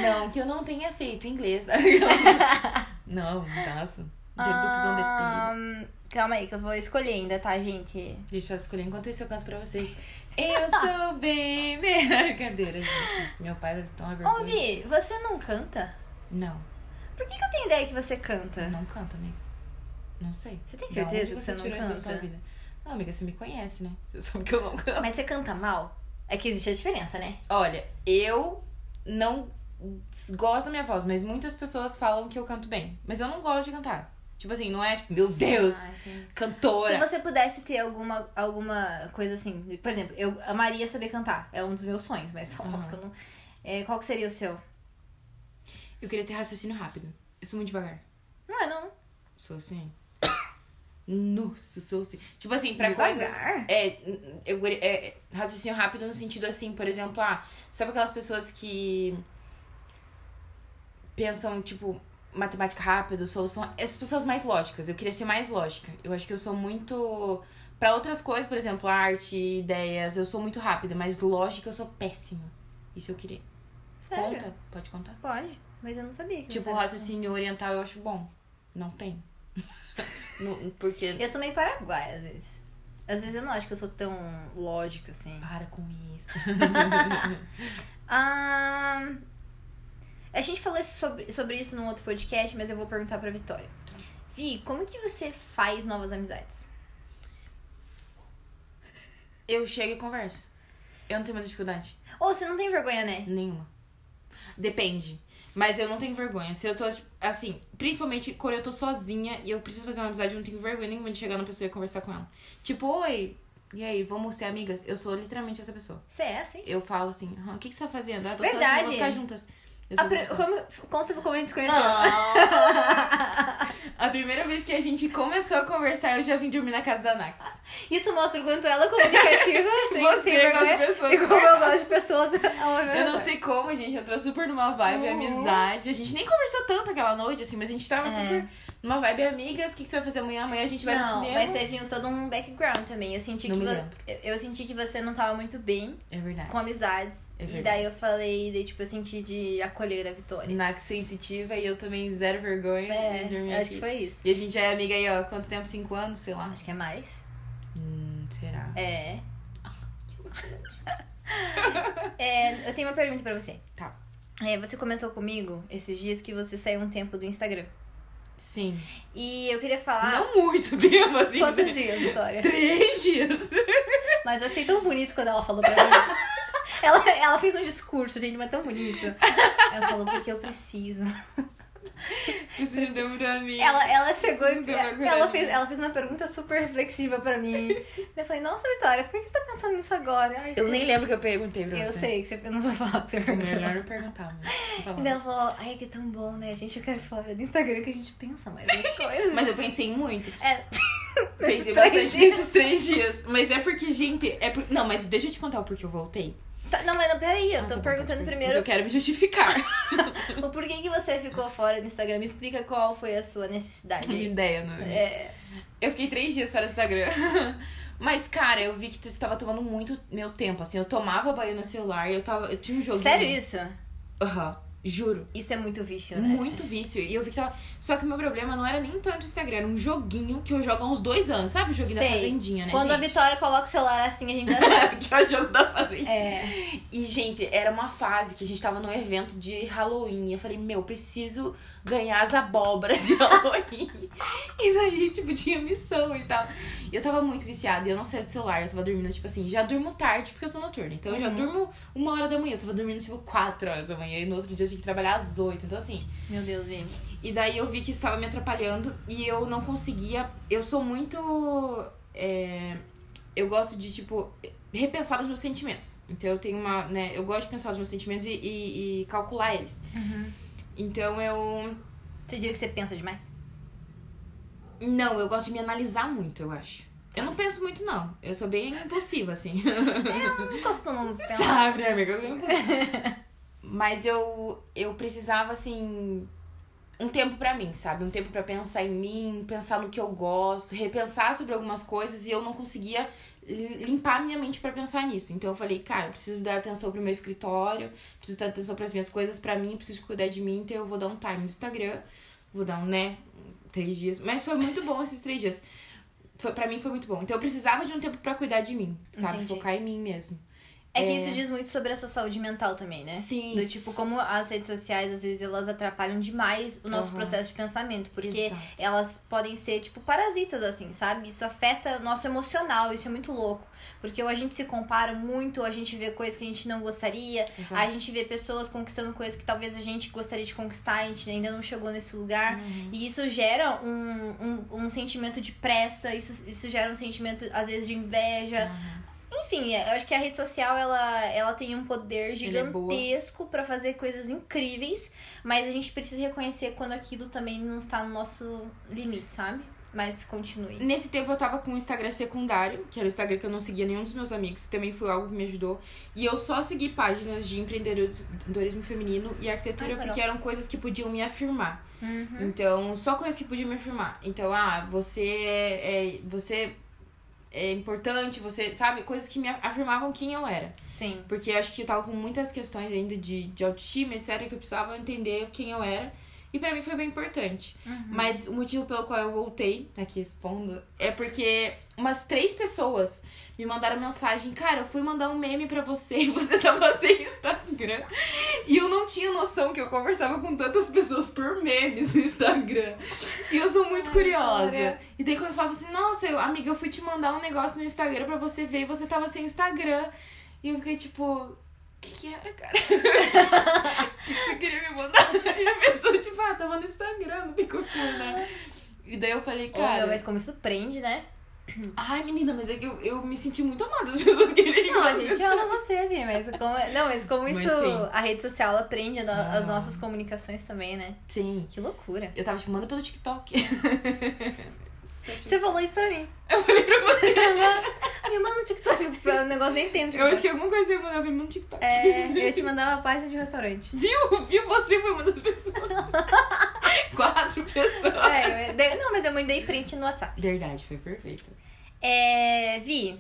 Não, que eu não tenha feito inglês. tá não, nossa. The books on the table.
Ahn, Ah, calma aí, que eu vou escolher ainda, tá, gente?
Deixa eu escolher. Enquanto isso, eu canto pra vocês. Eu sou bem... Brincadeira, gente. Isso, Meu pai vai tomar vergonha.
Ô, Vi,
disso.
você não canta?
Não,
Por que, que eu tenho ideia que você canta?
não canta, amiga. Não sei.
Você tem
De
certeza
onde
que
você
você não
tirou isso da sua
canta?
vida? Não, amiga, você me conhece, né? Você sabe que eu não canto.
Mas você canta mal? É que existe a diferença, né?
Olha, eu não gosto da minha voz, mas muitas pessoas falam que eu canto bem. Mas eu não gosto de cantar. Tipo assim, não é tipo, meu Deus,
Ai, sim. Ah. Se
cantora.
você pudesse ter alguma, alguma coisa assim, por exemplo, eu amaria saber cantar. É um dos meus sonhos, mas só
Aham.
que eu não. é, qual que seria o seu?
Eu queria ter raciocínio rápido. Eu sou muito devagar.
Não é não.
Sou assim. Nossa, sou assim. Tipo assim, pra coisas.
Devagar?
É, eu, guri- é, raciocínio rápido no sentido assim, por exemplo, ah, sabe aquelas pessoas que pensam, tipo, matemática rápido, solução. Essas pessoas mais lógicas. Eu queria ser mais lógica. Eu acho que eu sou muito. Pra outras coisas, por exemplo, arte, ideias, eu sou muito rápida, mas lógica eu sou péssima. Isso eu queria.
Sério?
Conta? Pode contar.
Pode, mas eu não sabia. Que você-
Tipo, raciocínio oriental eu acho bom. Não tem. Não- porque.
Eu sou meio paraguaia às vezes. Às vezes eu não acho que eu sou tão lógica assim.
Para com isso.
Ah, a gente falou isso sobre, sobre isso num outro podcast, mas eu vou perguntar pra Vitória. Vi, como que você faz novas amizades?
Eu chego e converso. Eu não tenho muita dificuldade.
Ou você não tem vergonha, né?
Nenhuma. Depende. Mas eu não tenho vergonha. Se eu tô, tipo, assim, principalmente quando eu tô sozinha e eu preciso fazer uma amizade, eu não tenho vergonha nenhuma de chegar na pessoa e conversar com ela. Tipo, oi, e aí, vamos ser amigas? Eu sou literalmente essa pessoa.
Você é assim?
Eu falo assim, "Ah, o que, que você tá fazendo? Ah, tô
Verdade.
sozinha, vamos ficar juntas. Eu
A
sou essa
pri-
pessoa.
como, conta como a gente se conheceu.
Não. A primeira vez que a gente começou a conversar, eu já vim dormir na casa da Nax.
Ah, Isso mostra o quanto ela é comunicativa, sem,
Você
sem
gosta de
vergonha,
pessoas.
e como eu gosto de pessoas. é ao meu
Eu não
redor.
sei como, gente entrou super numa vibe
Uhum.
amizade. A gente nem conversou tanto aquela noite, assim, mas a gente tava
É.
super numa vibe amigas. O que, que você vai fazer amanhã? Amanhã a gente vai
Não,
no cinema.
mas teve um- todo um background também. Eu senti,
Não
que
me
vo-
lembro.
eu- eu senti que você não tava muito bem
É verdade.
com amizades.
É
e
verdade.
daí eu falei, daí, tipo, eu senti de acolher a Vitória.
Nax sensitiva e eu também zero vergonha.
É,
eu dormi
eu acho
aqui.
que foi isso.
E a gente já é amiga aí, ó, quanto tempo? Cinco anos, sei lá.
Acho que é mais.
Hum, será?
É. É, eu tenho uma pergunta pra você.
Tá.
É, você comentou comigo esses dias que você saiu um tempo do Instagram.
Sim.
E eu queria falar.
Não muito tempo, assim.
Quantos dias, Vitória?
Três dias.
Mas eu achei tão bonito quando ela falou pra mim. Ela, ela fez um discurso, gente, mas tão bonito. Ela falou, porque eu preciso.
Isso me deu pra mim.
Ela, ela chegou e
Deu uma
ela
coragem.
fez, ela fez uma pergunta super reflexiva pra mim. Daí Eu falei, nossa, Vitória, por que você tá pensando nisso agora? Ai,
Eu
sei-
nem lembro assim. o que eu perguntei pra
Eu
você.
sei, que você, eu não vou falar o que você
É
perguntou.
melhor não perguntar, mas.
E daí ela falou, ai, que tão bom, né? A gente fica fora do Instagram que a gente pensa mais nas coisas.
Mas eu pensei muito.
É. Nesses
Pensei
três
bastante
dias.
nesses três dias. Mas é porque, gente, é por... Não, mas deixa eu te contar o porquê eu voltei.
Tá, não, mas não, peraí, eu
Ah,
tô
tá bom,
perguntando
mas
primeiro
eu quero me justificar.
o porquê que você ficou fora do Instagram. Me explica qual foi a sua
É minha
necessidade.
ideia, né?
É,
Eu fiquei três dias fora do Instagram. Mas, cara, eu vi que isso tava tomando muito meu tempo. Assim, eu tomava banho no celular, eu tava. Eu tinha um jogo.
sério isso?
Aham. Juro.
Isso é muito vício, né?
Muito vício. E eu vi que tava. Só que o meu problema não era nem tanto o Instagram, era um joguinho que eu jogo há uns dois anos. Sabe o joguinho
Sei.
da Fazendinha, né?
Quando a
gente?
Vitória coloca o celular assim, a gente já sabe.
que é o jogo da Fazendinha.
É.
E, gente, era uma fase que a gente tava num evento de Halloween. Eu falei, meu, preciso ganhar as abóboras de Halloween. e daí, tipo, tinha missão e tal. E eu tava muito viciada e eu não saía do celular. Eu tava dormindo, tipo assim, já durmo tarde porque eu sou noturna. Então eu já
Uhum.
durmo uma hora da manhã. Eu tava dormindo, tipo, quatro horas da manhã. E no outro dia eu tinha que trabalhar às oito. Então, assim,
Meu Deus, Vim.
e daí eu vi que isso estava me atrapalhando e eu não conseguia. Eu sou muito. é, eu gosto de, tipo, repensar os meus sentimentos. Então eu tenho uma. Né, eu gosto de pensar os meus sentimentos e, e- e calcular eles. Então eu.
Você diria que você pensa demais?
Não, eu gosto de me analisar muito, eu acho. Eu não penso muito, não. Eu sou bem impulsiva, assim.
É, Eu não costumo pensar.
Sabe, né, amiga? Eu sou bem impulsiva. Mas eu, eu precisava, assim, um tempo pra mim, sabe? Um tempo pra pensar em mim, pensar no que eu gosto, repensar sobre algumas coisas e eu não conseguia li- limpar minha mente pra pensar nisso. Então eu falei, cara, eu preciso dar atenção pro meu escritório, preciso dar atenção pras minhas coisas, pra mim, preciso cuidar de mim, então eu vou dar um time no Instagram, vou dar um, né, três dias. Mas foi muito bom esses três dias. Foi, pra mim foi muito bom. Então eu precisava de um tempo pra cuidar de mim, sabe?
Entendi.
Focar em mim mesmo.
É que isso diz muito sobre a sua saúde mental também, né?
Sim.
Do tipo, como as redes sociais, às vezes, elas atrapalham demais o nosso
Aham.
processo de pensamento. Porque
Exato.
elas podem ser, tipo, parasitas, assim, sabe? Isso afeta nosso emocional, isso é muito louco. Porque ou a gente se compara muito, ou a gente vê coisas que a gente não gostaria,
Exato.
A gente vê pessoas conquistando coisas que talvez a gente gostaria de conquistar, a gente ainda não chegou nesse lugar.
Uhum.
E isso gera um, um, um sentimento de pressa, isso, isso gera um sentimento, às vezes, de inveja.
Uhum.
Enfim, é, eu acho que a rede social, ela, ela tem um poder
Ela é boa.
gigantesco pra fazer coisas incríveis. Mas a gente precisa reconhecer quando aquilo também não está no nosso limite, sabe? Mas continue.
Nesse tempo eu tava com um Instagram secundário, que era o Instagram que eu não seguia nenhum dos meus amigos, também foi algo que me ajudou. E eu só segui páginas de empreendedorismo feminino e arquitetura
Ah, legal.
porque eram coisas que podiam me afirmar.
Uhum.
Então, só coisas que podiam me afirmar. Então, ah, você é, você é importante, você, sabe, coisas que me afirmavam quem eu era.
Sim.
Porque eu acho que eu tava com muitas questões ainda de, de autoestima, etc, que eu precisava entender quem eu era. E pra mim foi bem importante.
Uhum.
Mas o motivo pelo qual eu voltei, tá aqui expondo, é porque umas três pessoas me mandaram mensagem. Cara, eu fui mandar um meme pra você e você tava sem Instagram. E eu não tinha noção que eu conversava com tantas pessoas por memes no Instagram. E eu sou muito
Ai,
curiosa.
Glória.
E daí quando eu falava assim, nossa, eu- amiga, eu fui te mandar um negócio no Instagram pra você ver e você tava sem Instagram. E eu fiquei tipo, o que, que era, cara? O que, que você queria me mandar? E a pessoa, tipo, ah, tava no Instagram, não tem como te mandar. E daí eu falei,
Ô, meu,
cara.
mas como isso prende, né?
Ai, menina, mas é que eu, eu me senti muito amada as pessoas quererem
Não,
me
a
mandar.
gente ama você, Vi, mas como, não, mas como
Mas
isso,
sim.
a rede social, ela prende no- as
Ah.
nossas comunicações também, né?
Sim.
Que loucura.
Eu tava, tipo, manda pelo TikTok.
Você falou isso pra mim.
Eu falei pra você.
Me manda o TikTok, o negócio nem tem no
Eu
TikTok.
acho que alguma coisa eu mandava, eu falei, manda no TikTok.
É, eu ia
tipo,
te mandar uma página de restaurante.
Viu? Viu? Você foi uma das pessoas. Quatro pessoas.
É, eu- de- não, mas eu mandei print no WhatsApp.
Verdade, foi perfeito.
É, Vi,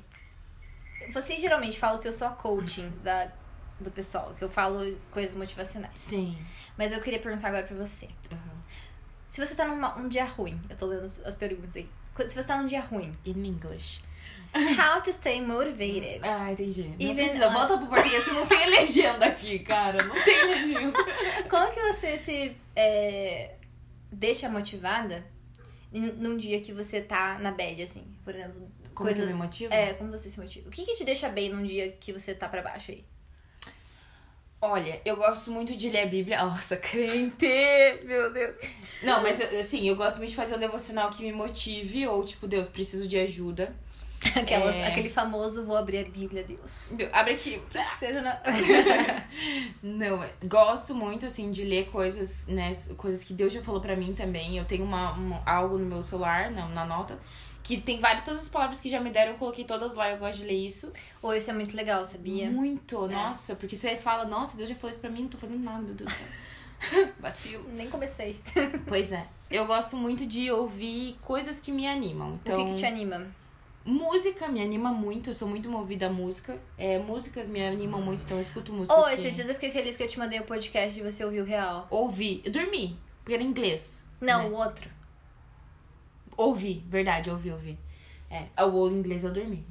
vocês geralmente falam que eu sou a coaching da, do pessoal, que eu falo coisas motivacionais.
Sim.
Mas eu queria perguntar agora pra você. Se você tá num um dia ruim, eu tô lendo as, as perguntas aí. Qu- Se você tá num dia ruim,
In English.
how to stay motivated?
Ah, entendi. Não
Even
precisa,
on-
volta pro português que não tem legenda aqui, cara. Não tem legenda.
Como que você se é, deixa motivada n- num dia que você tá na bad, assim? Por exemplo,
Como
Coisa-
que me motiva?
é, como você se motiva? O que, que te deixa bem num dia que você tá pra baixo aí?
Olha, eu gosto muito de ler a Bíblia. Nossa, crente! Meu Deus. Não, mas assim, eu gosto muito de fazer um devocional que me motive. Ou tipo, Deus, preciso de ajuda.
Aquelas-
É.
Aquele famoso vou abrir a Bíblia, Deus.
Meu, Abre aqui.
Que seja na.
Não, é- gosto muito, assim, de ler coisas, né? Coisas que Deus já falou pra mim também. Eu tenho uma, um- algo no meu celular, na, na nota, que tem várias, todas as palavras que já me deram, eu coloquei todas lá. Eu gosto de ler isso.
Ou isso é muito legal, sabia?
Muito,
É.
nossa, porque você fala, nossa, Deus já falou isso pra mim, não tô fazendo nada, meu Deus do céu. Vacilo.
Nem comecei.
Pois é. Eu gosto muito de ouvir coisas que me animam. Então,
O que, que te anima?
música me anima muito, eu sou muito movida à música. É, músicas me animam muito, então eu escuto músicas.
Oh,
que-
esses dias eu fiquei feliz que eu te mandei o podcast e você ouviu o real.
Ouvi. Eu dormi, porque era em inglês.
Não,
Né?
o outro.
Ouvi, verdade, ouvi, ouvi. É, ah, o inglês eu dormi.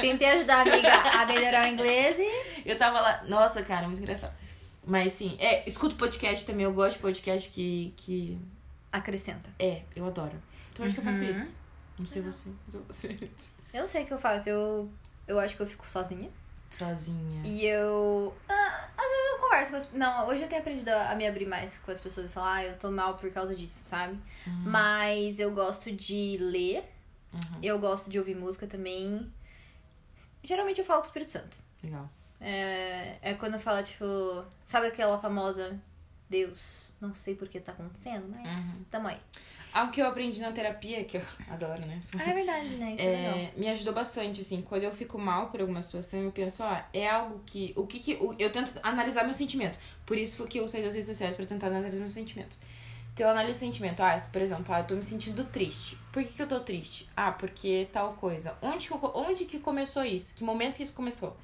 Tentei ajudar a amiga a melhorar o inglês e.
Eu tava lá, nossa, cara, muito engraçado. Mas sim, é, escuto podcast também, eu gosto de podcast que, que
Acrescenta.
É, eu adoro. Então acho que eu faço
Uhum.
isso. Não sei você, mas eu faço isso.
Eu não sei o que eu faço. Eu, eu acho que eu fico sozinha.
Sozinha.
E eu. Ah, às vezes eu converso com as Não, hoje eu tenho aprendido a a me abrir mais com as pessoas e falar, ah, eu tô mal por causa disso, sabe? Mas eu gosto de ler.
Uhum.
Eu gosto de ouvir música também. Geralmente eu falo com o Espírito Santo.
Legal.
É, é quando eu falo, tipo, sabe aquela famosa Deus, não sei por que tá acontecendo, mas
Uhum.
tamo aí.
Algo que eu aprendi na terapia, que eu adoro, né?
Ah, é verdade, né? Isso é, legal.
É, me ajudou bastante, assim, quando eu fico mal por alguma situação, eu penso, ó, é algo que. O que que. o- eu tento analisar meu sentimento. Por isso que eu saí das redes sociais pra tentar analisar meus sentimentos. Então eu analiso o sentimento. Ah, por exemplo, ah, eu tô me sentindo triste. Por que, que eu tô triste? Ah, porque tal coisa. Onde que, eu co- onde que começou isso? Que momento que isso começou?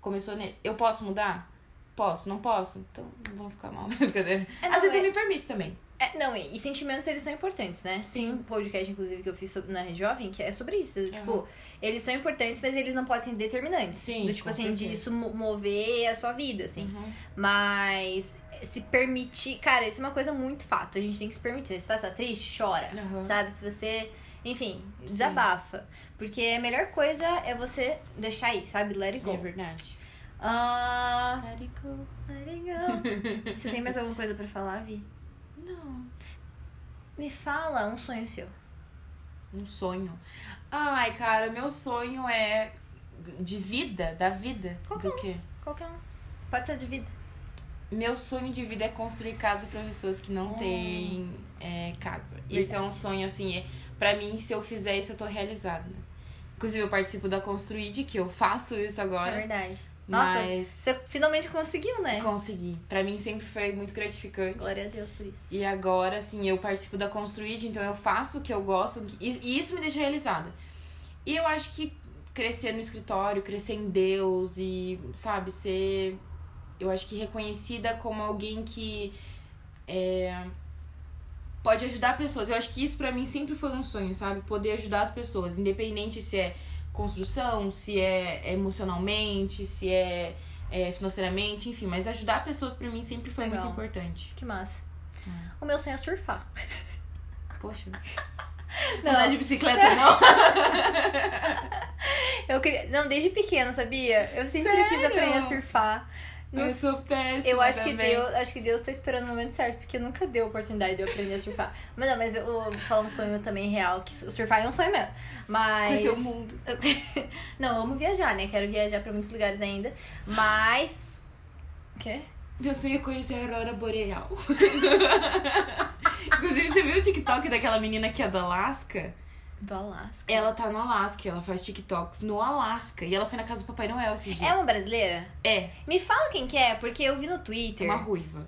Começou ne... Eu posso mudar? Posso, não posso? Então não vou ficar mal. Brincadeira.
É, não,
Às vezes
é-
eu me permito também.
É, não, e, e sentimentos, eles são importantes, né? Tem um podcast, inclusive, que eu fiz sobre- na Rede Jovem, que é sobre isso. Tipo, eles são importantes, mas eles não podem ser determinantes.
Sim,
Do tipo
com
assim, de
certeza.
isso mo- mover a sua vida, assim.
Uhum.
Mas se permitir. Cara, isso é uma coisa muito fato. A gente tem que se permitir. Se você tá, tá triste, chora.
Aham.
Sabe? Se você. Enfim, desabafa. Porque a melhor coisa é você deixar aí, sabe? Let it go.
É verdade.
Ah,
Let it go.
let it go. Você tem mais alguma coisa pra falar, Vi?
Não.
Me fala um sonho seu.
Um sonho. Ai, cara, meu sonho é de vida, da vida.
Qual
do quê?
Qualquer um. Pode ser de vida.
Meu sonho de vida é construir casa pra pessoas que não
Hum.
têm é, casa. Isso é um sonho, assim, é, pra mim, se eu fizer isso, eu tô realizada. Inclusive, eu participo da Construid, que eu faço isso
É
agora.
verdade. Nossa,
mas
você finalmente conseguiu, né?
consegui. Pra mim sempre foi muito gratificante.
Glória a Deus por isso.
E agora, assim, eu participo da Construid, então eu faço o que eu gosto e e isso me deixa realizada. E eu acho que crescer no escritório, crescer em Deus e, sabe, ser, eu acho que reconhecida como alguém que é, pode ajudar pessoas. Eu acho que isso para mim sempre foi um sonho, sabe? Poder ajudar as pessoas, independente se é construção, se é emocionalmente, se é, é financeiramente, enfim. Mas ajudar pessoas para mim sempre foi
Legal.
muito importante.
Que massa.
É.
O meu sonho é surfar.
Poxa, não
Não,
andar de bicicleta não.
eu queria... Não, desde pequena, sabia? Eu sempre quis
Sério?
aprender a surfar. Não
Eu sou péssima.
Eu acho que,
também.
Deus, acho que Deus tá esperando o momento certo, porque nunca deu oportunidade de eu aprender a surfar. mas não, mas eu falo um sonho também real, que su- surfar é um sonho mesmo. Mas.
Conhecer o mundo.
não, eu amo viajar, né? Quero viajar pra muitos lugares ainda. Mas. O quê?
Meu sonho é conhecer a Aurora Boreal. Inclusive, você viu o TikTok daquela menina que é do Alasca?
Do Alasca.
Ela tá no Alasca, ela faz TikToks no Alasca. E ela foi na casa do Papai Noel esses dias.
É uma brasileira?
É,
Me fala quem que é, porque eu vi no Twitter
uma ruiva.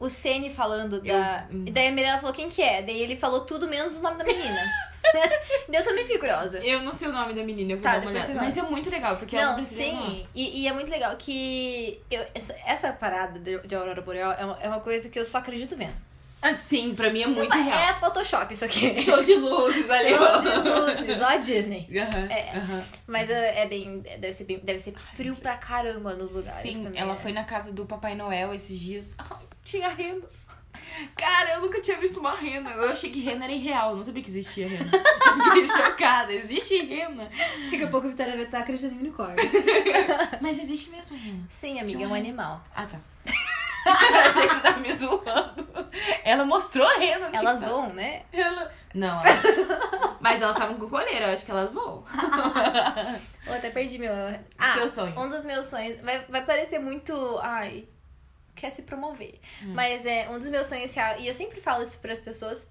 o Ceni falando da.
Eu-
E daí a Mirella falou quem que é. Daí ele falou tudo menos o nome da menina. daí eu também fiquei curiosa.
Eu não sei o nome da menina, eu vou
Tá,
dar uma
depois
olhada.
você
Mas é muito legal, porque ela
Não,
precisa ir no
sim.
Alasca.
E, e é muito legal que eu- essa, essa parada de, de Aurora Boreal é uma, é uma coisa que eu só acredito vendo.
Assim, pra mim é muito
Não,
real.
É Photoshop isso aqui.
Show de luzes ali.
Show
ó.
de luzes, ó a Disney.
Aham,
É.
aham.
Mas é, é bem. Deve ser, bem- deve ser frio pra caramba nos lugares.
Sim,
também,
ela
né?
foi na casa do Papai Noel esses dias. Ai, tinha renas. Cara, eu nunca tinha visto uma rena. Eu achei que rena era irreal, eu não sabia que existia rena. Eu Fiquei chocada, existe rena.
Daqui a pouco a Vitória vai estar acreditando em unicórnio.
Mas existe mesmo a rena.
Sim, amiga, é um animal.
Ah, tá. achei que você tava me zoando. Ela mostrou a rena. no
Elas
um TikTok.
vão, né?
Ela... Não, elas... mas elas estavam com coleira, eu acho que elas vão.
Eu até perdi meu. Ah,
Seu sonho.
Um dos meus sonhos. Vai, vai parecer muito. Ai. Quer se promover.
Hum.
Mas é um dos meus sonhos real. E eu sempre falo isso pras pessoas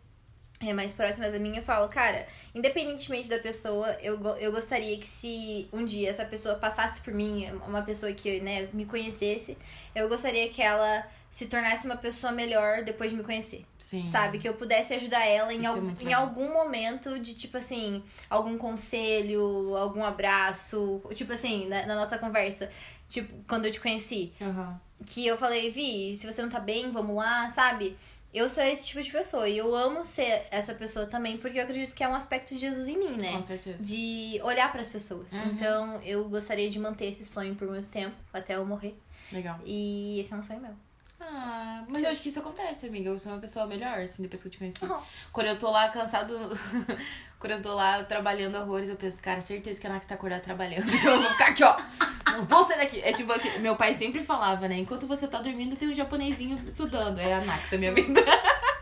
é, mais próximas a mim. Eu falo, cara, independentemente da pessoa, eu, go- eu gostaria que se um dia essa pessoa passasse por mim, uma pessoa que né, me conhecesse, eu gostaria que ela se tornasse uma pessoa melhor depois de me conhecer.
Sim.
Sabe? Que eu pudesse ajudar ela em,
Isso é
al-
muito
em
legal.
algum momento de, tipo assim, algum conselho, algum abraço. Tipo assim, na, na nossa conversa. Tipo, quando eu te conheci.
Aham.
Que eu falei, Vi, se você não tá bem, vamos lá, sabe? Eu sou esse tipo de pessoa. E eu amo ser essa pessoa também, porque eu acredito que é um aspecto de Jesus em mim, né?
Com certeza.
De olhar pras pessoas.
Uhum.
Então, eu gostaria de manter esse sonho por muito tempo, até eu morrer.
Legal.
E esse é um sonho meu.
Ah, mas eu acho que isso acontece, amiga. Eu sou uma pessoa melhor, assim, depois que eu te conheci.
Oh.
Quando eu tô lá cansado, quando eu tô lá trabalhando horrores, eu penso, cara, certeza que a Nax tá acordada trabalhando. Então eu vou ficar aqui, ó. Não vou sair daqui. É tipo, aqui, meu pai sempre falava, né? Enquanto você tá dormindo, tem um japonesinho estudando. É a Nax da minha vida.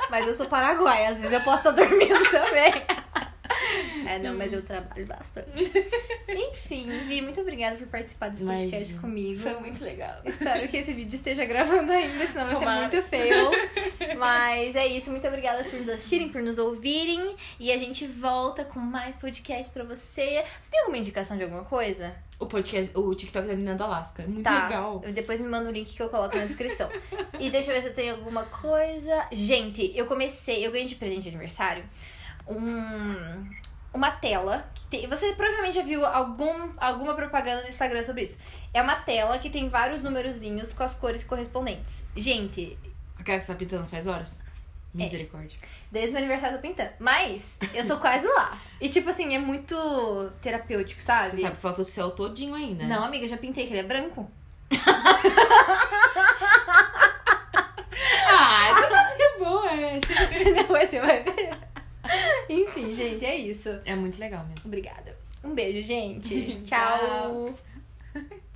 Mas eu sou paraguaia, às vezes eu posso estar dormindo também. É, não, mas eu trabalho bastante. Enfim, Vi, muito obrigada por participar desse podcast
Imagina.
comigo.
Foi muito legal.
Espero que esse vídeo esteja gravando ainda, senão vai
Tomara.
ser muito feio. Mas é isso, muito obrigada por nos assistirem, por nos ouvirem. E a gente volta com mais podcast pra você. Você tem alguma indicação de alguma coisa?
O podcast, o TikTok da menina do Alasca. é Muito
Tá.
legal.
Eu- Depois me manda o link que eu coloco na descrição. e deixa eu ver se eu tenho alguma coisa. Gente, eu comecei, eu ganhei de presente de aniversário um uma tela que tem, você provavelmente já viu algum, alguma propaganda no Instagram sobre isso. É uma tela que tem vários numerozinhos com as cores correspondentes. Gente,
Aquela que você tá pintando faz
É.
horas? Misericórdia.
desde meu aniversário eu tô pintando, mas eu tô quase lá. E tipo assim, é muito terapêutico, sabe?
Você sabe que falta o céu todinho ainda. né?
Não, amiga, já pintei que ele é branco.
Ah, tá boa, é.
Depois você vai ver. Enfim, gente, é isso.
É muito legal mesmo.
Obrigada. Um beijo, gente.
Tchau.
Tchau.